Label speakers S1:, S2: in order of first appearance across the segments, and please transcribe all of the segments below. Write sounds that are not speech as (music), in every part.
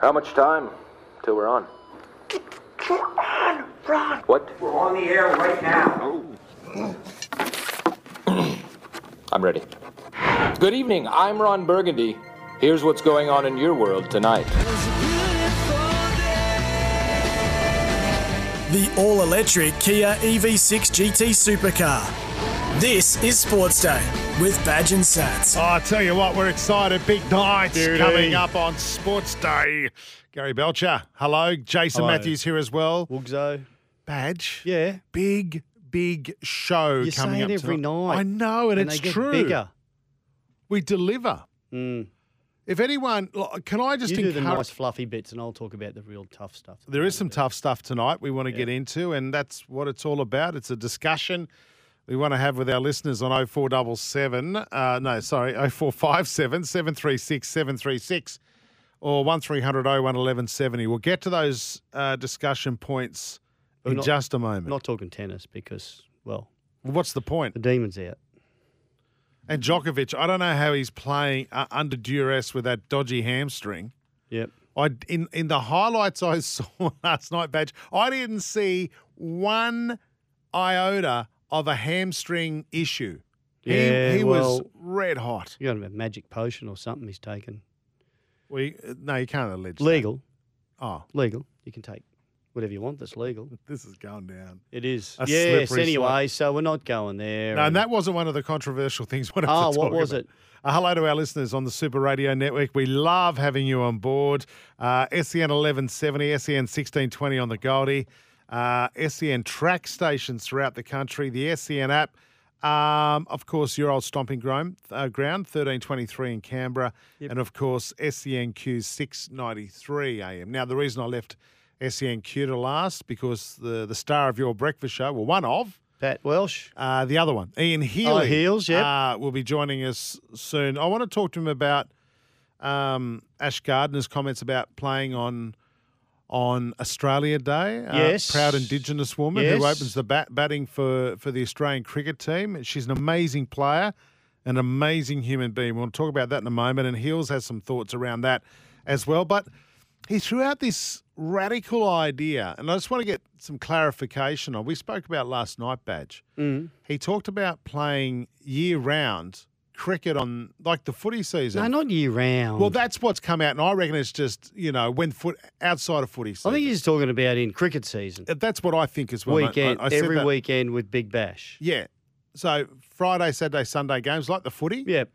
S1: How much time till we're on?
S2: We're on, Ron.
S1: What?
S2: We're on the air right now.
S1: I'm ready. Good evening. I'm Ron Burgundy. Here's what's going on in your world tonight.
S3: The all electric Kia E EV6 GT supercar. This is Sports Day with Badge and Sats.
S4: Oh, I tell you what, we're excited. Big nights
S5: Beauty.
S4: coming up on Sports Day. Gary Belcher, hello. Jason
S5: Hello.
S4: Matthews here as well.
S5: Woogzo.
S4: Badge,
S5: Yeah.
S4: big, big show
S5: You
S4: coming
S5: say
S4: up
S5: it every
S4: tonight.
S5: night.
S4: I know, and,
S5: and
S4: it's
S5: they get
S4: true.
S5: bigger. Mm.
S4: We deliver. If anyone, look, can I just
S5: you do the
S4: encourage-
S5: nice fluffy bits, and I'll talk about the real tough stuff.
S4: There is some tough stuff tonight we want to get into, and that's what it's all about. It's a discussion we want to have with our listeners on 0477, uh, no, sorry, 0457 736 736 or 1300 01 1170. We'll get to those uh, discussion points
S5: We're
S4: in
S5: not-
S4: just a moment.
S5: Not talking tennis because, well,
S4: What's the point?
S5: the demon's out.
S4: And Djokovic, I don't know how he's playing uh, under duress with that dodgy hamstring.
S5: Yep.
S4: I in in the highlights I (laughs) saw last night, badge. I didn't see one iota of a hamstring issue.
S5: Yeah,
S4: he, he was
S5: well-
S4: red hot.
S5: You got him a magic potion or something he's taken.
S4: We uh, no, you can't allege. that.
S5: Legal.
S4: Oh,
S5: Legal. You can take whatever you want that's legal.
S4: this is going down.
S5: It is.
S4: A
S5: yes,
S4: slippery
S5: anyway, so we're not going there.
S4: No, and that wasn't one of the controversial things. (laughs) Ah, What
S5: Oh, what was it?
S4: Uh, hello to our listeners on the Super Radio Network. We love having you on board. Uh, SEN 1170, SEN 1620 on the Goldie, uh, SEN track stations throughout the country, the SEN app. Um, of course, your old stomping ground, uh, ground 1323 in Canberra, and of course, E SENQ 693 AM. Now, the reason I left SENQ to last because the, the star of your breakfast show, well, one of,
S5: Pat Welsh.
S4: uh, the other one, Ian Healy.
S5: Heels, Oh, yep.
S4: Uh, will be joining us soon. I want to talk to him about um, Ash Gardner's comments about playing on on Australia Day. Uh,
S5: Yes.
S4: Proud Indigenous woman who
S5: Yes.
S4: opens the bat- batting for, for the Australian cricket team. She's an amazing player, an amazing human being. We'll talk about that in a moment. And Heels has some thoughts around that as well. But he threw out this radical idea, and I just want to get some clarification on. We spoke about last night, Badge. Mm. He talked about playing year round cricket on like the footy season.
S5: No, not year round.
S4: well, that's what's come out, and I reckon it's just you know when foot outside of footy
S5: I
S4: season.
S5: think he's talking about in cricket season.
S4: that's what I think as well. mate. I-
S5: Weekend,
S4: I, said
S5: every
S4: that-
S5: weekend with Big Bash.
S4: Yeah. So Friday, Saturday, Sunday games like the footy.
S5: Yep.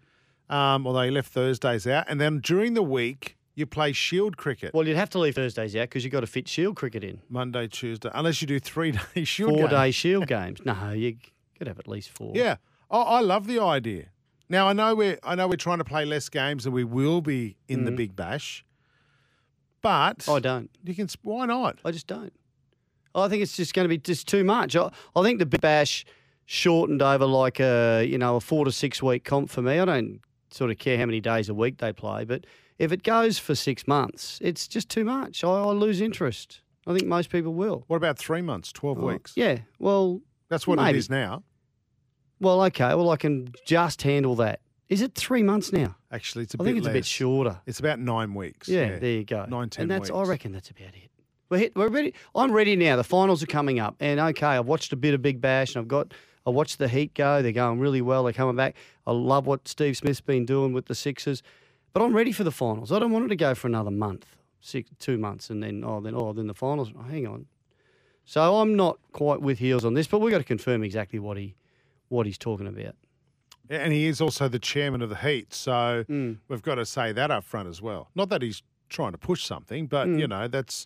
S4: Um, although he left Thursdays out, and then during the week you play shield cricket.
S5: Well, you'd have to leave Thursdays out because you've got to fit Shield cricket in.
S4: Monday, Tuesday, unless you do three (laughs) day shield
S5: Four
S4: games. (laughs)
S5: day Shield games. No, you could have at least four.
S4: Yeah, I, I love the idea. Now I know we're I know we're trying to play less games and we will be in
S5: Mm.
S4: the Big Bash, but
S5: I don't.
S4: you can. s- Why not?
S5: I just don't. I think it's just going to be just too much. I, I think the Big Bash shortened over like a you know a four to six week comp for me. I don't sort of care how many days a week they play, but if it goes for six months, it's just too much. I, I lose interest. I think most people will.
S4: What about three months, twelve weeks?
S5: Oh, Yeah. Well.
S4: that's what it
S5: maybe.
S4: is now.
S5: Well, okay. Well, I can just handle that. Is it three months now?
S4: Actually, it's a
S5: I
S4: bit.
S5: think it's a bit
S4: less.
S5: shorter.
S4: It's about nine weeks.
S5: Yeah, there you go.
S4: Nine, ten
S5: and that's I
S4: weeks.
S5: reckon that's about it. We're, hit, we're ready. I'm ready now. The finals are coming up, and okay, I've watched a bit of Big Bash, and I've got I watched the Heat go. They're going really well. They're coming back. I love what Steve Smith's been doing with the Sixers, but I'm ready for the finals. I don't want it to go for another month, six, two months, and then oh, then oh, then the finals. Oh, hang on. So I'm not quite with heels on this, but we've got to confirm exactly what he what he's talking about.
S4: And he is also the chairman of the Heat, so
S5: Mm.
S4: we've got to say that up front as well. Not that he's trying to
S5: Mm.
S4: push something, but you know that's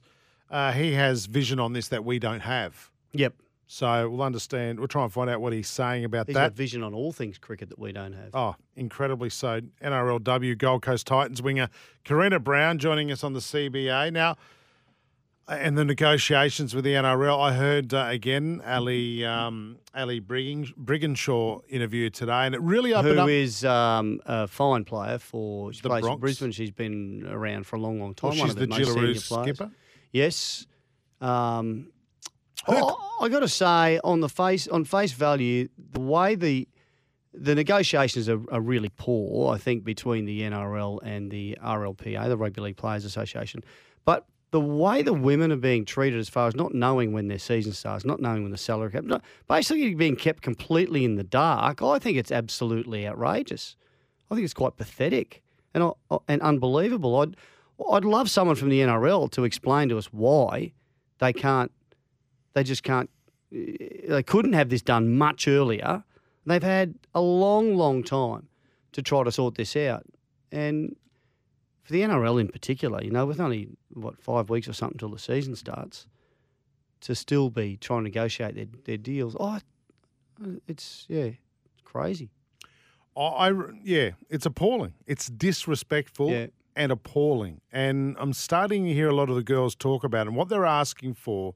S4: uh, he has vision on this that we don't have.
S5: Yep.
S4: So we'll understand. We'll try and find out what he's saying about
S5: He's
S4: that.
S5: got vision on all things cricket that we don't have.
S4: Oh, incredibly so. NRLW Gold Coast Titans winger Karina Brown joining us on the CBA. Now, and the negotiations with the NRL. I heard uh, again Ali um, Ali Brigging, Brigginshaw interview today, and it really
S5: Who
S4: opened
S5: is
S4: up.
S5: um, a fine player for she
S4: The
S5: plays
S4: Bronx?
S5: for Brisbane. She's been around for a long, long time.
S4: Well,
S5: One
S4: she's
S5: of
S4: the
S5: most senior
S4: Gillaroos
S5: players.
S4: skipper.
S5: Yes. Um, I, I got to say, on the face on face value, the way the the negotiations are, are really poor. I think between the NRL and the RLPA, the Rugby League Players Association, but the way the women are being treated, as far as not knowing when their season starts, not knowing when the salary cap, not, basically being kept completely in the dark, I think it's absolutely outrageous. I think it's quite pathetic and I- and unbelievable. I'd I'd love someone from the NRL to explain to us why they can't, they just can't, uh, they couldn't have this done much earlier. They've had a long, long time to try to sort this out, and for the NRL in particular, you know, with only what five weeks or something till the season starts, to still be trying to negotiate their, their deals, oh, it's yeah, it's crazy.
S4: I, I yeah, it's appalling. It's disrespectful
S5: Yeah.
S4: and appalling. And I'm starting to hear a lot of the girls talk about it. And what they're asking for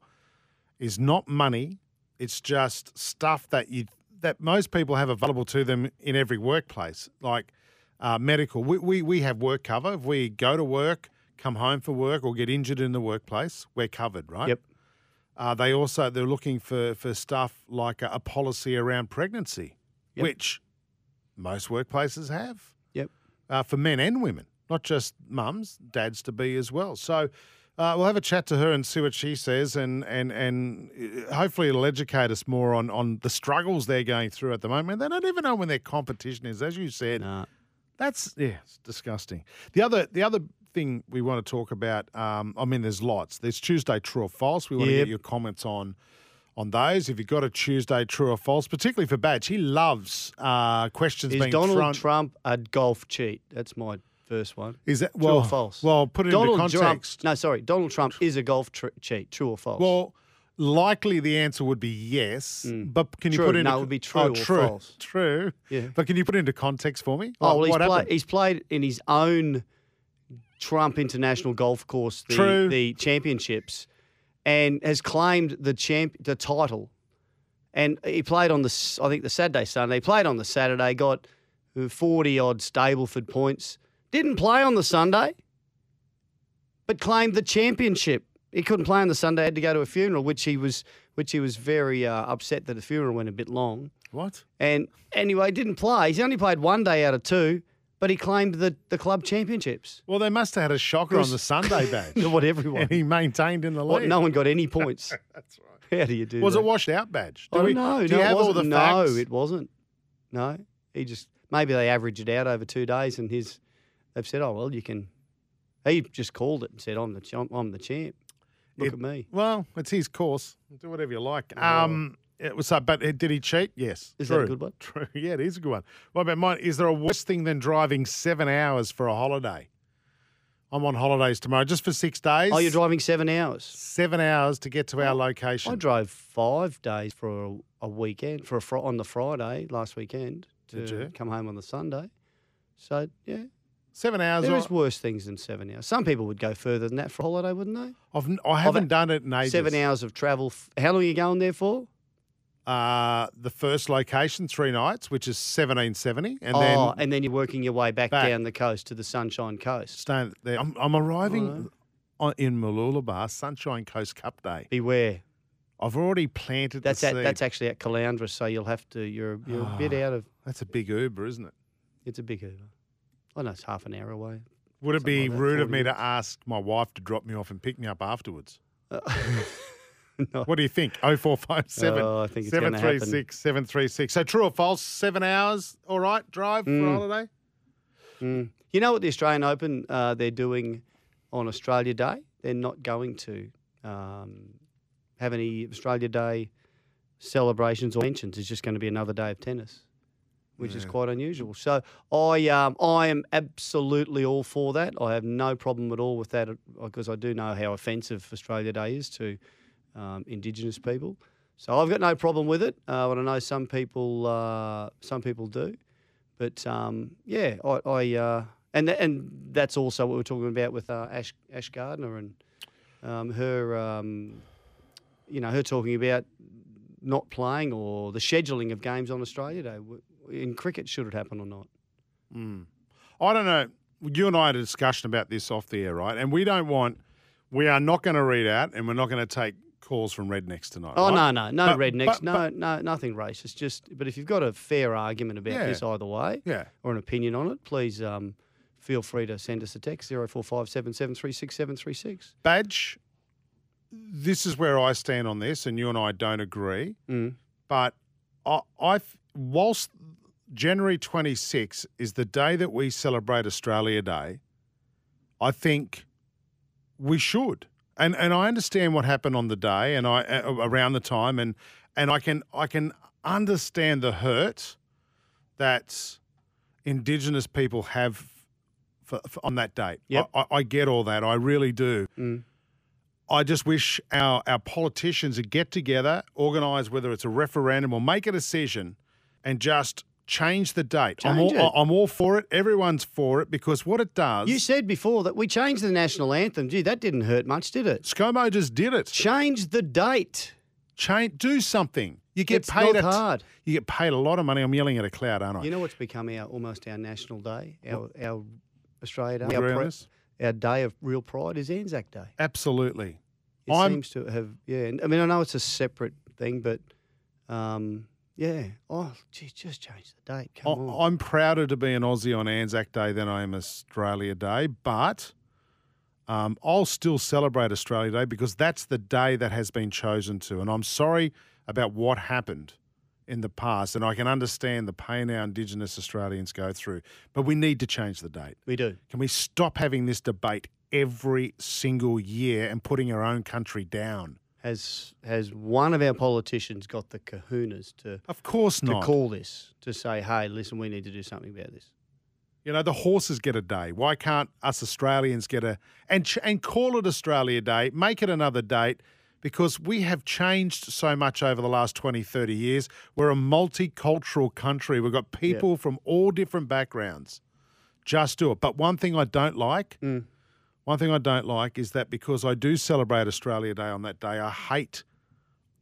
S4: is not money. It's just stuff that you that most people have available to them in every workplace, like uh, medical. We, we we have work cover. If we go to work, come home for work, or get injured in the workplace, we're covered, right?
S5: Yep.
S4: Uh, they also they're looking for for stuff like a, a policy around pregnancy,
S5: Yep.
S4: which most workplaces have
S5: Yep.
S4: uh, for men and women, not just mums, dads to be as well. So uh, we'll have a chat to her and see what she says, and and and uh, hopefully it'll educate us more on on the struggles they're going through at the moment. And they don't even know when their competition is, as you said.
S5: Nah.
S4: That's yeah, it's disgusting. The other the other thing we want to talk about, um, I mean, there's lots. There's Tuesday true or false. We want to
S5: Yep.
S4: get your comments on on those. If you've got a Tuesday true or false, particularly for Badge, he loves uh, questions
S5: Is
S4: being
S5: Donald
S4: thrown.
S5: Trump a golf cheat? That's my first one.
S4: Is that
S5: True
S4: well,
S5: or false?
S4: Well, put it
S5: Donald
S4: into context.
S5: Trump, no, sorry. Donald Trump is a golf tr- cheat. True or false?
S4: Well, likely the answer would be yes, but can you
S5: Mm. True.
S4: put into
S5: No, it would be true
S4: oh,
S5: or
S4: true,
S5: false.
S4: True.
S5: Yeah.
S4: But can you put it into context for me?
S5: oh,
S4: Like,
S5: well, he's,
S4: what
S5: play,
S4: happened?
S5: he's played in his own Trump International Golf Course, the,
S4: True.
S5: the championships, and has claimed the champ, the title. And he played on the, s- I think the Saturday, Sunday. He played on the Saturday, got forty odd Stableford points. Didn't play on the Sunday, but claimed the championship. He couldn't play on the Sunday; had to go to a funeral, which he was, which he was very uh, upset that the funeral went a bit long.
S4: What?
S5: And anyway, didn't play. He's only played one day out of two, but he claimed the, the club championships.
S4: Well, they must have had a shocker on
S5: Chris-
S4: the Sunday
S5: (laughs)
S4: badge.
S5: What everyone.
S4: and he maintained in the
S5: What,
S4: lead.
S5: no one got
S4: (laughs)
S5: any points. That's right. (laughs) How do you do
S4: was
S5: that?
S4: it washed out badge? Do
S5: Oh,
S4: we-
S5: no,
S4: do
S5: no,
S4: you
S5: it
S4: have all the
S5: wasn't.
S4: facts?
S5: No, it wasn't. No, he just maybe they averaged it out over two days, and his they've said, "Oh well, you can." He just called it and said, "I'm the champ. I'm the champ. Look
S4: It-
S5: at me."
S4: Well, it's his course. Do whatever you like. Um, it was so, but uh, did he cheat? Yes.
S5: Is
S4: true.
S5: that a good one?
S4: True. (laughs) Yeah, it is a good one. What about mine? Is there a worse thing than driving seven hours for a holiday? I'm on holidays tomorrow, just for six days.
S5: Oh, you're driving seven hours.
S4: seven hours to get to our location.
S5: I drove five days for a, a weekend for a fr- on the Friday last weekend
S4: Did
S5: to
S4: you?
S5: come home on the Sunday. So yeah,
S4: seven hours.
S5: There
S4: or-
S5: is worse things than seven hours. Some people would go further than that for a holiday, wouldn't they?
S4: I've, n- I haven't
S5: I've-
S4: done it in ages.
S5: Seven hours of travel. F- How long are you going there for?
S4: Uh, the first location, three nights, which is 1770, and
S5: oh,
S4: then
S5: and then you're working your way back,
S4: Back.
S5: down the coast to the Sunshine Coast.
S4: staying there. I'm, I'm arriving on, in Mooloolaba, Sunshine Coast Cup Day.
S5: Beware.
S4: I've already planted
S5: That's
S4: the Ah.
S5: at,
S4: seed.
S5: that's actually at Caloundra, so you'll have to. You're you're a bit out of.
S4: That's a big Uber, isn't it?
S5: It's a big Uber. I know it's half an hour away.
S4: Would it be
S5: Something like that,
S4: rude of
S5: 40
S4: me to ask my wife to drop me off and pick me up afterwards?
S5: Uh, (laughs) No.
S4: What do you think? 0457
S5: Oh, I think it's gonna happen.
S4: 736 736. So true or false, seven hours, all right, drive for
S5: Mm.
S4: holiday?
S5: Mm. You know what the Australian Open uh, they're doing on Australia Day? They're not going to um, have any Australia Day celebrations or mentions. It's just going to be another day of tennis, which is quite unusual. So I um, I am absolutely all for that. I have no problem at all with uh, that because I do know how offensive Australia Day is to um, Indigenous people. So I've got no problem with it, uh, but I know some people uh, some people do. But um, yeah, I, I uh, and tha- and that's also what we we're talking about with uh, Ash Ash Gardner and um, her, um, you know, her talking about not playing or the scheduling of games on Australia Day W- in cricket. Should it happen or not?
S4: I don't know. You and I had a discussion about this off the air, right? And we don't want, we are not going to read out and we're not going to take calls from rednecks tonight.
S5: Oh
S4: right?
S5: no, no, no
S4: But-
S5: rednecks,
S4: but-
S5: no,
S4: but-
S5: no, nothing racist. Just, but if you've got a fair argument about
S4: Yeah.
S5: this either way,
S4: Yeah.
S5: or an opinion on it, please um, feel free to send us a text zero four five seven seven three six seven three six.
S4: Badge, this is where I stand on this, and you and I don't agree. But I, I, whilst January 26 is the day that we celebrate Australia Day, I think we should. And and I understand what happened on the day, and I a- around the time, and and I can I can understand the hurt that Indigenous people have for, for- on that date.
S5: Yep. Mm.
S4: I, I, I get all that. I really do. I just wish our, our politicians would get together, organise whether it's a referendum or make a decision and just change the date. I'm,
S5: Change
S4: all,
S5: it.
S4: I'm all for it. Everyone's for it because what it does,
S5: You said before that we changed the national anthem. Gee, that didn't hurt much, did it?
S4: ScoMo just did it.
S5: Change the date.
S4: Change, do something. You get
S5: It's
S4: paid
S5: not
S4: a t-
S5: hard.
S4: You get paid a lot of money. I'm yelling at a cloud, aren't I?
S5: You know what's become our almost our national day, our our Australia Day,
S4: We
S5: our,
S4: agree on
S5: pri-
S4: this?
S5: our day of real pride is Anzac Day.
S4: Absolutely.
S5: It
S4: I'm-
S5: seems to have, yeah. and- I mean, I know it's a separate thing, but um, yeah. Oh, gee, just change the date. Come
S4: I-
S5: on.
S4: I'm prouder to be an Aussie on Anzac Day than I am Australia Day, but um, I'll still celebrate Australia Day because that's the day that has been chosen to. And I'm sorry about what happened in the past, and I can understand the pain our Indigenous Australians go through, but we need to change the date.
S5: we do.
S4: Can we stop having this debate every single year and putting our own country down?
S5: Has has one of our politicians got the kahunas to,
S4: Of course
S5: to
S4: not.
S5: call this to say, hey, listen, we need to do something about this?
S4: You know, the horses get a day. Why can't us Australians get a and ch- and call it Australia Day, make it another date because we have changed so much over the last 20, 30 years. We're a multicultural country. We've got people from all different backgrounds. Just do it. But one thing I don't like,
S5: Mm.
S4: one thing I don't like is that because I do celebrate Australia Day on that day, I hate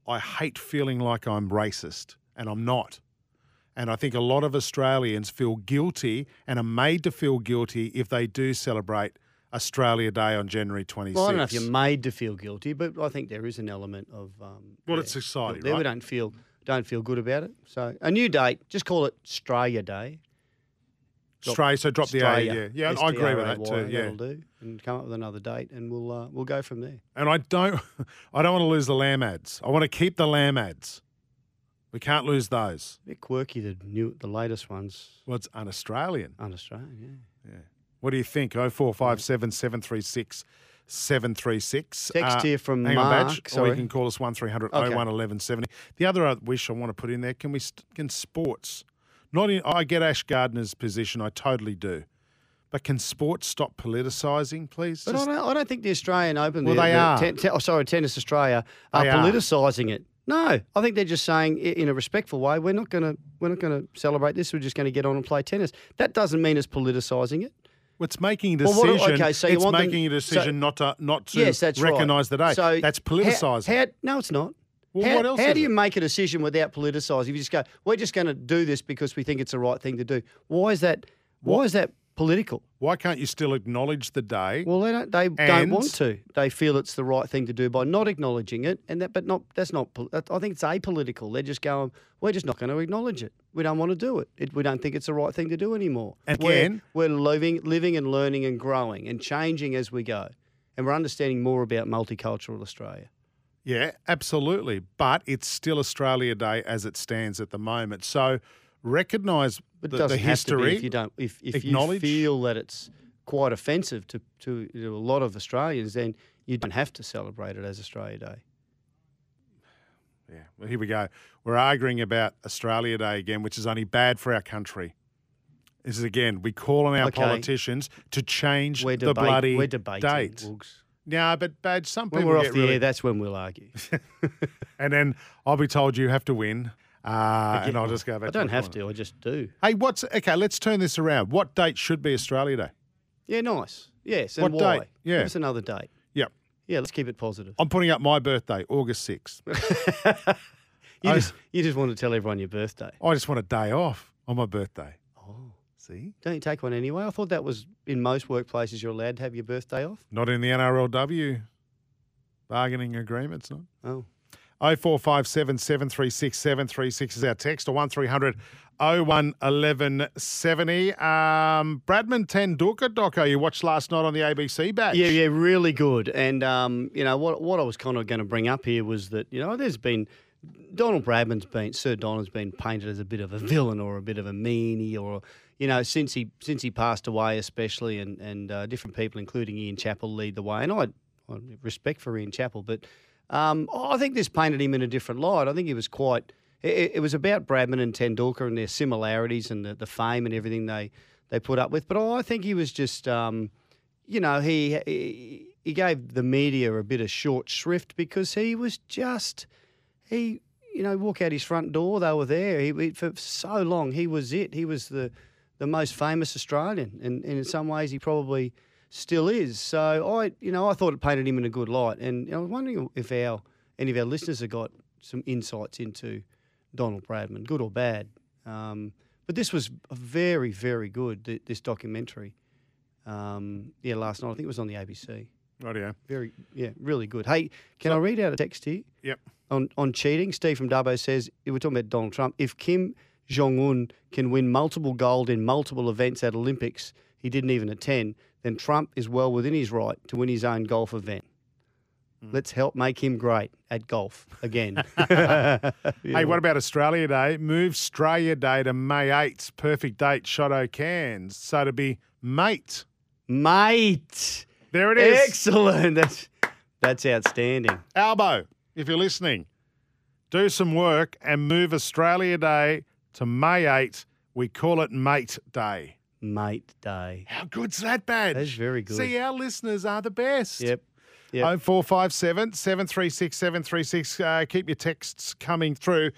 S4: I hate feeling like I'm racist and I'm not. And I think a lot of Australians feel guilty and are made to feel guilty if they do celebrate Australia Day on January 26th.
S5: Well, I don't know if you're made to feel guilty, but I think there is an element of um,
S4: Well, it's society,
S5: there
S4: right?
S5: we don't feel don't feel good about it. So a new date, just call it Australia Day.
S4: Stray, so drop the A. Yeah,
S5: Australia,
S4: yeah I agree with that
S5: S-T-R-A-Y,
S4: too. Yeah.
S5: that'll do, and come up with another date, and we'll uh, we'll go from there.
S4: And I don't, (laughs) I don't want to lose the lamb ads. I want to keep the lamb ads. We can't lose those.
S5: A bit quirky the new the latest ones
S4: Well, it's un-Australian.
S5: on Australia. Yeah.
S4: What do you think? Oh four five seven seven three six seven three six. Uh,
S5: Text here from
S4: hang on, Badge,
S5: Mark.
S4: or you
S5: Sorry.
S4: can call us one 300
S5: Okay.
S4: 01 1170. The other I wish I want to put in there can we st- can sports? Not in. I get Ash Gardner's position. I totally do. But can sports stop politicising, please?
S5: But
S4: Just-
S5: I, don't, I don't think the Australian Open.
S4: Well,
S5: the,
S4: they
S5: the
S4: are.
S5: ten- ten- oh, sorry, Tennis Australia are
S4: They are.
S5: politicising it. No, I think they're just saying i- in a respectful way, we're not going to we're not going to celebrate this. We're just going to get on and play tennis. That doesn't mean it's politicising it.
S4: it's making a
S5: Well, what-
S4: decision.
S5: okay, so you
S4: it's
S5: want them-
S4: making a
S5: so-
S4: decision not to not to
S5: yes, that's right.
S4: recognise the day.
S5: So
S4: that's
S5: how-
S4: politicising.
S5: How, no, it's not.
S4: Well,
S5: how
S4: what else
S5: how
S4: is
S5: do you
S4: it?
S5: make a decision without politicising? If you just go, we're just going to do this because we think it's the right thing to do. Why is that? Why is that political?
S4: Why can't you still acknowledge the day?
S5: Well, they don't. They
S4: And-
S5: don't want to. They feel it's the right thing to do by not acknowledging it, and that. But not. That's not. pol- that- I think it's apolitical. They're just going. We're just not going to acknowledge it. We don't want to do it. it we don't think it's the right thing to do anymore. We're-
S4: Again-
S5: we're, living, living and learning and growing and changing as we go, and we're understanding more about multicultural Australia.
S4: Yeah, absolutely. But it's still Australia Day as it stands at the moment. So recognise
S5: But
S4: the,
S5: it
S4: the
S5: doesn't
S4: history.
S5: have to be if you don't. If, if you
S4: acknowledge-
S5: feel that it's quite offensive to, to to a lot of Australians, then you don't have to celebrate it as Australia Day.
S4: Yeah, well, here we go. We're arguing about Australia Day again, which is only bad for our country. This is again, we call on our
S5: Okay.
S4: politicians to change
S5: We're,
S4: the
S5: debate-
S4: bloody
S5: we're debating.
S4: date.
S5: Woogs.
S4: No, but Badge, some
S5: When
S4: people
S5: we're off
S4: get
S5: the
S4: really,
S5: air, that's when we'll
S4: (laughs)
S5: argue.
S4: and then I'll be told you have to win, uh, and I'll just go back.
S5: I
S4: to
S5: don't
S4: the
S5: have
S4: corner.
S5: to. I just do.
S4: Hey, what's okay? Let's turn this around. What date should be Australia Day?
S5: Yeah, nice. Yes, and
S4: What
S5: why?
S4: date? Yeah.
S5: Give us another date.
S4: Yep,
S5: Yeah, let's keep it positive.
S4: I'm putting up my birthday, August sixth.
S5: You
S4: I-
S5: just you just want to tell everyone your birthday.
S4: I just want a day off on my birthday. Oh, see,
S5: Don't you take one anyway? I thought that was in most workplaces you're allowed to have your birthday off.
S4: not in the NRLW bargaining agreements, not.
S5: Oh.
S4: 0457 736 736 is our text or 1300 011170. Um, Bradman Tendulkar doco you watched last night on the ABC batch.
S5: Yeah, yeah, really good. And um, you know what? What I was kind of going to bring up here was that you know there's been Donald Bradman's been Sir Donald's been painted as a bit of a villain or a bit of a meanie or you know since he since he passed away especially and and uh, different people including Ian Chappell lead the way and I, I have respect for Ian Chappell but um, I think this painted him in a different light. I think he was quite. It, it was about Bradman and Tendulkar and their similarities and the, the fame and everything they they put up with. But I think he was just. Um, you know, he, he he gave the media a bit of short shrift because he was just he you know walk out his front door they were there he, he- for so long he was it he was the the most famous Australian and, and in some ways he probably still is so I you know I thought it painted him in a good light and I was wondering if our any of our listeners have got some insights into Donald Bradman good or bad um, but this was very very good th- this documentary um, yeah last night I think it was on the ABC
S4: Rightio.
S5: very yeah really good hey can I read out a text here
S4: Yep.
S5: on, on cheating. Steve from Dabo says we're talking about Donald Trump. If Kim Jong Un can win multiple gold in multiple events at Olympics he didn't even attend, then Trump is well within his right to win his own golf event.
S4: Hmm.
S5: Let's help make him great at golf
S4: (laughs)
S5: again.
S4: Hey, what about Australia Day? Move Australia Day to May 8th. Perfect date, Shotto Cairns. So to be mate.
S5: Mate,
S4: There it is.
S5: excellent. That's that's outstanding.
S4: Albo, if you're listening, do some work and move Australia Day to May 8th. We call it Mate Day.
S5: Mate day.
S4: How good's that badge?
S5: That is very good.
S4: See, our listeners are the best.
S5: Yep. Yep.
S4: 0457 736 736. Uh, keep your texts coming through.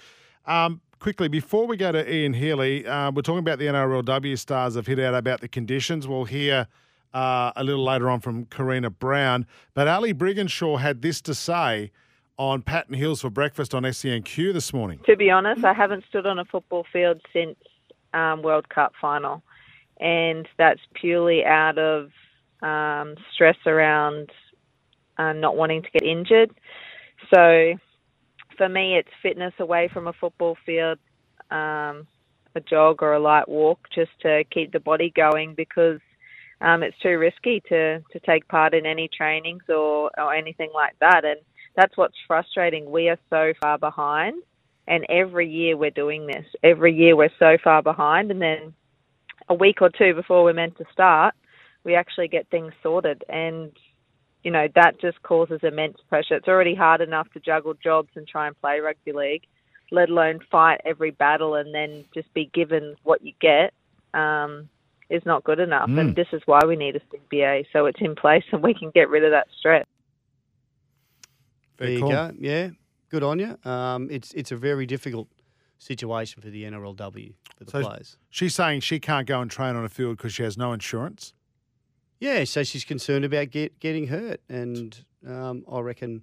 S4: Um, quickly, before we go to Ian Healy, uh, we're talking about the NRLW stars have hit out about the conditions. We'll hear uh, a little later on from Karina Brown. But Ali Brigginshaw had this to say on Patton Hills for breakfast on SENQ this morning.
S6: To be honest, I haven't stood on a football field since um, World Cup final, and that's purely out of um, stress around uh, not wanting to get injured. So, for me, it's fitness away from a football field, um, a jog or a light walk, just to keep the body going because um, it's too risky to, to take part in any trainings or, or anything like that. And that's what's frustrating. We are so far behind, and every year we're doing this. Every year we're so far behind, and then a week or two before we're meant to start, we actually get things sorted. And, you know, that just causes immense pressure. It's already hard enough to juggle jobs and try and play rugby league, let alone fight every battle and then just be given what you get. Um, is not good enough, and this is why we need a CBA so it's in place and we can get rid of that stress.
S4: Fair
S5: there you
S4: call.
S5: go. Yeah, good on you. Um, it's it's a very difficult situation for the NRLW for the
S4: So-
S5: players.
S4: She's saying she can't go and train on a field because she has no insurance.
S5: Yeah, so she's concerned about get, getting hurt, and um, I reckon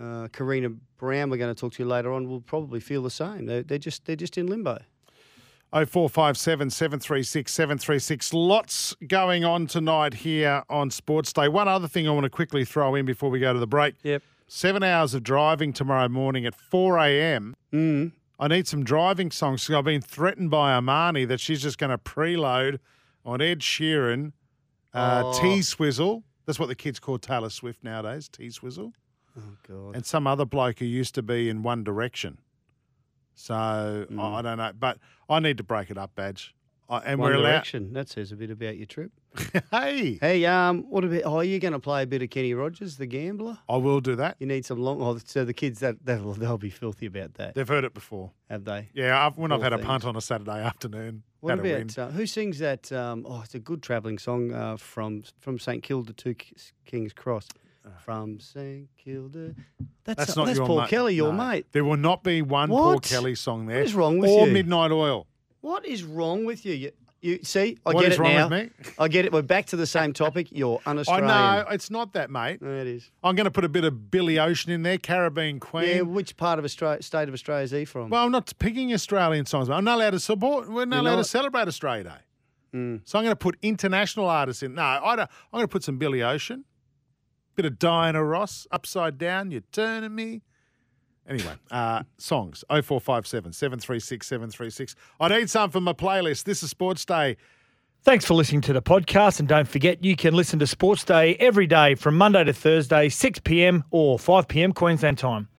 S5: uh, Karina Brown, we're going to talk to you later on, will probably feel the same. They're, they're just they're just in limbo.
S4: 0457 736 736. Lots going on tonight here on Sports Day. One other thing I want to quickly throw in before we go to the break.
S5: Yep.
S4: Seven hours of driving tomorrow morning at 4 a.m.
S5: Mm.
S4: I need some driving songs. I've been threatened by Armani that she's just going to preload on Ed Sheeran, uh,
S5: Oh.
S4: T Swizzle. That's what the kids call Taylor Swift nowadays, T Swizzle.
S5: Oh God.
S4: And some other bloke who used to be in One Direction. So
S5: Hmm.
S4: I, I don't know. But I need to break it up, Badge. I, and
S5: One
S4: we're allowed.
S5: Direction. That says a bit about your trip.
S4: (laughs) hey,
S5: Hey, um, what about? Oh, you're going to play a bit of Kenny Rogers, the gambler.
S4: I will do that.
S5: You need some long. Oh, so the kids that that'll, they'll be filthy about that,
S4: They've heard it before.
S5: have they?
S4: Yeah, I've, when I've
S5: Poor
S4: had a
S5: things.
S4: punt on a Saturday afternoon,
S5: What
S4: had a win.
S5: about uh, who sings that? Um, oh, it's a good travelling song uh, from from St Kilda to K- King's Cross. From St Kilda. That's,
S4: That's not
S5: that's
S4: your
S5: Paul
S4: mate.
S5: Kelly, your
S4: No.
S5: mate.
S4: There will not be one Paul
S5: What?
S4: Kelly song there.
S5: What is wrong with
S4: or
S5: you?
S4: Midnight Oil.
S5: What is wrong with you? You, you see, I
S4: What
S5: get
S4: is
S5: it
S4: wrong
S5: now.
S4: with me?
S5: I get it. We're back to the same topic. You're
S4: (laughs) I
S5: un-Australian.
S4: know it's not that, mate.
S5: Yeah, it is.
S4: I'm going to put a bit of Billy Ocean in there, Caribbean Queen.
S5: Yeah, which part of Australia, state of Australia is he from?
S4: Well, I'm not picking Australian songs, but I'm not allowed to support. We're not
S5: You're
S4: allowed to
S5: not.
S4: celebrate Australia Day. So I'm going to put international artists in. No, I don't, I'm going to put some Billy Ocean, bit of Diana Ross, Upside Down, You're Turning Me. Anyway, uh, songs 0457 736 736. I need some for my playlist. This is Sports Day.
S7: Thanks for listening to the podcast. And don't forget, you can listen to Sports Day every day from Monday to Thursday, 6 p.m. or 5 p.m. Queensland time.